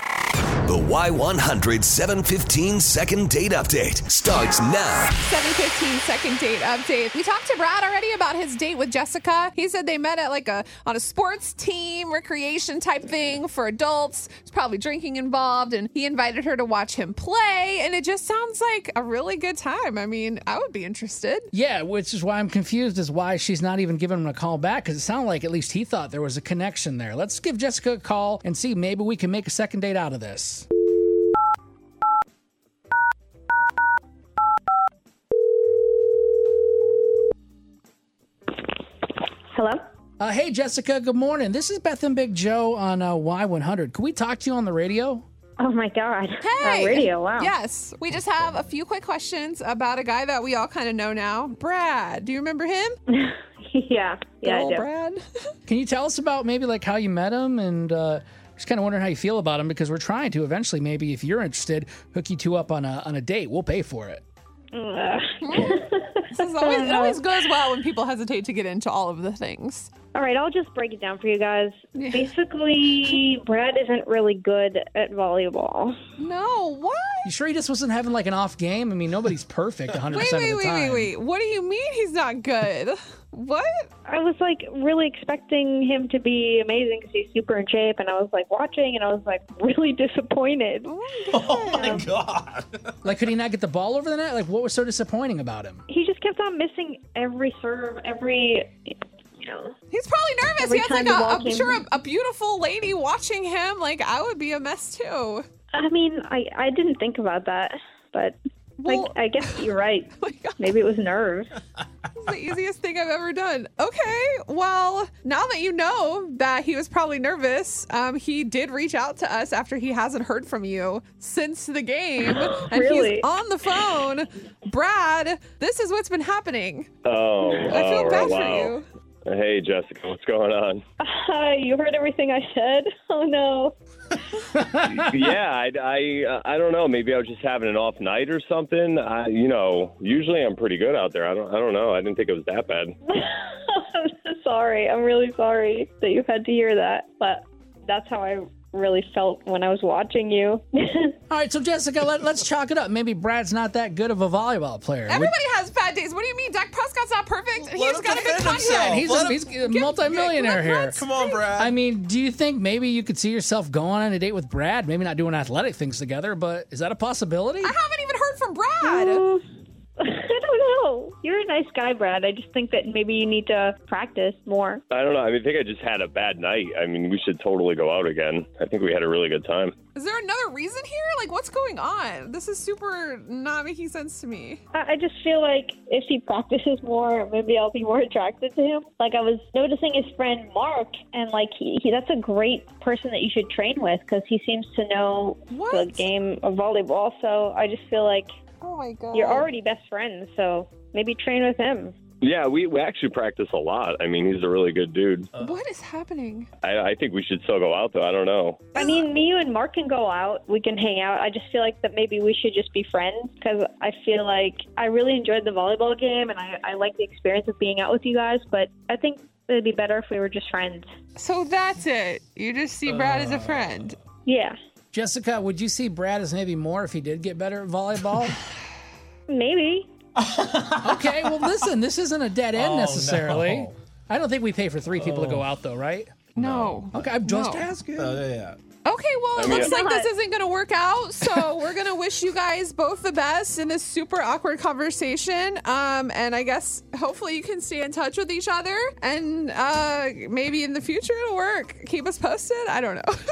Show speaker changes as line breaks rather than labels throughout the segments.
The Y100 715 second date update starts now.
715 second date update. We talked to Brad already about his date with Jessica. He said they met at like a on a sports team recreation type thing for adults. There's probably drinking involved and he invited her to watch him play and it just sounds like a really good time. I mean, I would be interested.
Yeah, which is why I'm confused is why she's not even giving him a call back because it sounded like at least he thought there was a connection there. Let's give Jessica a call and see maybe we can make a second date out of this.
Hello?
Uh, hey, Jessica, good morning. This is Beth and Big Joe on uh, Y100. Can we talk to you on the radio?
Oh my God.
Hey.
Uh, radio, wow.
Yes. We just have a few quick questions about a guy that we all kind of know now. Brad. Do you remember him?
yeah. Yeah,
Old
I do.
Brad.
Can you tell us about maybe like how you met him and uh, just kind of wondering how you feel about him because we're trying to eventually maybe if you're interested hook you two up on a on a date. We'll pay for it.
This is always, it always goes well when people hesitate to get into all of the things.
All right, I'll just break it down for you guys. Basically, Brad isn't really good at volleyball.
No, what?
You sure he just wasn't having like an off game? I mean, nobody's perfect 100
Wait,
percent of
wait,
the
wait,
time.
wait, wait. What do you mean he's not good? What?
I was like really expecting him to be amazing because he's super in shape, and I was like watching, and I was like really disappointed.
Oh
Oh Like, could he not get the ball over the net? Like, what was so disappointing about him?
He just kept on missing every serve, every you know.
He's probably nervous.
Every
he has
time
like
the
a,
ball
I'm
came-
sure a, a beautiful lady watching him. Like I would be a mess too.
I mean, I I didn't think about that, but
Well-
like I guess you're right.
Oh my God,
Maybe it was nerves.
this is the easiest thing I've ever done. Okay, well, now that you know that he was probably nervous, um, he did reach out to us after he hasn't heard from you since the game, and he's
Really?
on the phone. Brad, this is what's been happening.
Oh,
I feel
oh,
bad
wow.
for you.
Hey, Jessica, what's going on?
Hi, you heard everything I said. Oh no.
yeah, I, I, uh, I don't know. Maybe I was just having an off night or something. I, you know, usually I'm pretty good out there. I don't, I don't know. I didn't think it was that bad.
I'm sorry. I'm really sorry that you had to hear that, but that's how I really felt when I was watching you.
All right, so Jessica, let, let's chalk it up. Maybe Brad's not that good of a volleyball player. Would-
Everybody has bad days. What do you mean? Dak Prescott's not perfect.
Let
He's
him
got a good
defend
contract.
himself.
he's
Let
a,
him-
he's a multimillionaire here.
Come on, Brad.
I mean, do you think maybe you could see yourself going on a date with Brad? Maybe not doing athletic things together, but is that a possibility?
I haven't even heard from Brad.
I don't know. You're a nice guy, Brad. I just think that maybe you need to practice more.
I don't know. I mean, I think I just had a bad night. I mean, we should totally go out again. I think we had a really good time.
Is there another reason here? Like, what's going on? This is super not making sense to me.
I I just feel like if he practices more, maybe I'll be more attracted to him. Like I was noticing his friend Mark, and like he, he that's a great person that you should train with because he seems to know the
What?
game of volleyball. So I just feel like
Oh my god.
You're already best friends, so maybe train with him.
Yeah, we, we actually practice a lot. I mean, he's a really good dude.
What is happening?
I, I think we should still go out, though. I don't know.
I mean, me, you, and Mark can go out. We can hang out. I just feel like that maybe we should just be friends because I feel like I really enjoyed the volleyball game and I, I like the experience of being out with you guys, but I think it'd be better if we were just friends.
So that's it. You just see Brad as a friend.
Yeah,
Jessica, would you see Brad as maybe more if he did get better at volleyball?
maybe.
okay, well, listen, this isn't a dead end
Oh,
necessarily.
no.
I don't think we pay for three people to go out, though, right?
No.
Okay, I'm just
No.
asking.
Oh, yeah, yeah.
Okay, well, it
mean-
looks like
Not-
this isn't going to work out. So we're going to wish you guys both the best in this super awkward conversation. Um, and I guess hopefully you can stay in touch with each other. And uh, maybe in the future it'll work. Keep us posted. I don't know.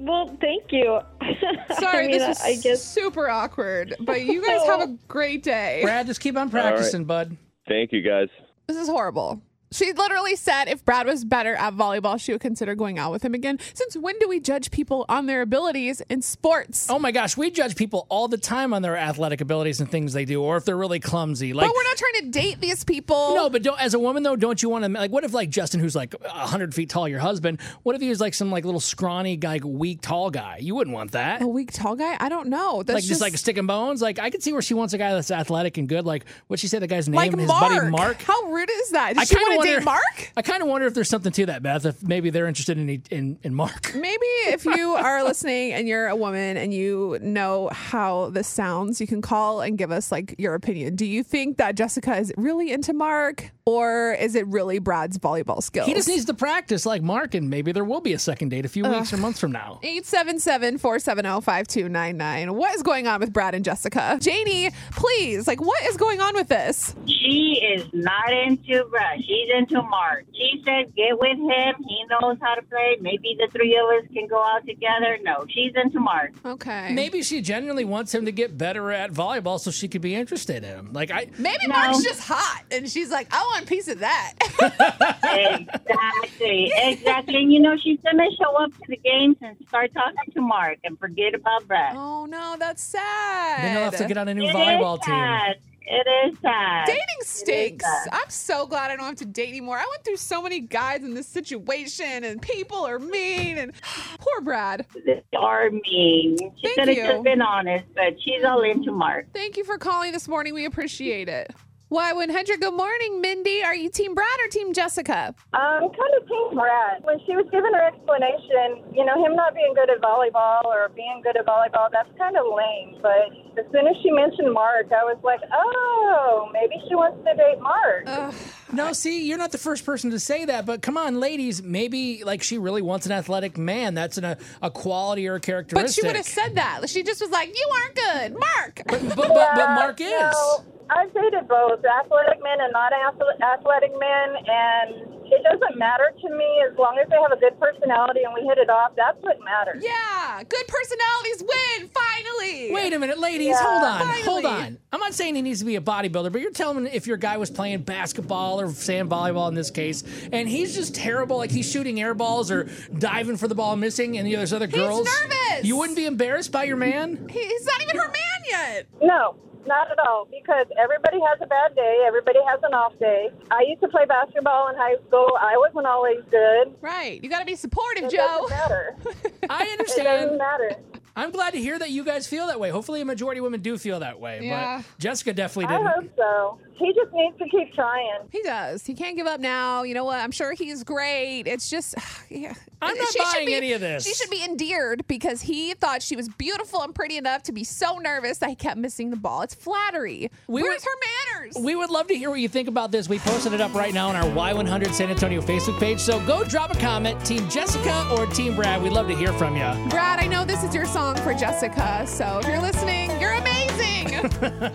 Well, thank you.
Sorry,
I mean,
this was
I guess. Oh.
super awkward, but you guys have a great day.
Brad, just keep on
right.
practicing, bud.
Thank you, guys.
This is horrible. She literally said if Brad was better at volleyball, she would consider going out with him again. Since when do we judge people on their abilities in sports?
Oh my gosh, we judge people all the time on their athletic abilities and things they do, or if they're really clumsy. Like,
but we're not trying to date these people.
no, but don't, as a woman though, don't you want to like? What if like Justin, who's like hundred feet tall, your husband? What if he was like some like little scrawny, like weak, tall guy? You wouldn't want that.
a weak tall guy? I don't know. Oh, That's
like just, like stick and bones. Like I could see where she wants a guy that's athletic and good. Like what she said, the guy's name,
like
his
Mark.
buddy Mark.
How rude is that? Did
I
she
kind of
date
wonder-
Mark?
I kind of wonder if there's something to that, Beth. If maybe they're interested in in, in Mark.
Maybe if you are listening and you're a woman and you know how this sounds, you can call and give us like your opinion. Do you think that Jessica is really into Mark or is it really Brad's volleyball skills?
He just needs to practice like Mark, and maybe there will be a second date a few weeks or months from now.
877 470 5299. What is going on with Brad and Jessica? Janie, please, like, what is going on with this?
She is not into Brad. She's into Mark. She said, get with him. He knows how to play. Maybe the three of us can go out together. No, she's into Mark.
Okay. Maybe,
Maybe she genuinely wants him to get better at volleyball so she could be interested in him. Like I,
Mark's just hot and she's like, I want a piece of that.
exactly. Exactly. And you know, she's going to show up to the games and start talking to Mark and forget about Brad.
oh, no, that's
then he'll have to
sad.
get on a new
It is
volleyball team.
sad. It is sad.
Dating stinks.
that.
I'm so glad I don't have to date anymore. I went through so many guys in this situation, and people are mean. And poor Brad.
They are mean. She
Thank
could have
you.
just been honest, but she's all into Mark.
Thank you for calling this morning. We appreciate it. Why, when Hendrick, good morning, Mindy. Are you Team Brad or Team Jessica?
Um, kind of Team Brad. When she was given her explanation, you know, him not being good at volleyball or being good at volleyball, that's kind of lame. But as soon as she mentioned Mark, I was like, oh, maybe she wants to date Mark.
Uh, No, see, you're not the first person to say that, but come on, ladies, maybe like she really wants an athletic man. That's an, a, a quality or a characteristic.
But she would have said that. She just was like, "You aren't good, Mark."
But, but, but
Uh,
Mark is.
No, I've dated both athletic men and not athle- athletic men, and it doesn't matter to me as long as they have a good personality and we hit it off. That's what matters.
Yeah, good personalities win finally.
Wait a minute, ladies, hold on, hold
finally.
on. I'm not saying he needs to be a bodybuilder, but you're telling me if your guy was playing basketball or sand volleyball in this case, and he's just terrible, like he's shooting air balls or diving for the ball and missing, and you know, there's other girls.
nervous.
You wouldn't be embarrassed by your man?
He- he's not even her man yet.
No, not at all. Because everybody has a bad day. Everybody has an off day. I used to play basketball in high school. I wasn't always good.
Right. You got to be supportive,
It
Joe.
doesn't matter.
I
It doesn't
understand.
matter.
I'm glad to hear that you guys feel that way. Hopefully, a majority of women do feel that way.
Yeah.
But Jessica definitely
I
didn't.
hope so. He just needs to keep trying.
He does. He can't give up now. You know what? I'm sure he's great. It's just, yeah.
I'm not
should
buying
be-
any of this.
She should be endeared because he thought she was beautiful and pretty enough to be so nervous that he kept missing the ball. It's flattery.
We
Where's
were-
her manners?
We would love to hear what you think about this. We posted it up right now on our Y100 San Antonio Facebook page. So go drop a comment, Team Jessica or Team Brad. We'd love to hear from you.
Brad, I know this is your song for Jessica. So if you're listening, you're amazing.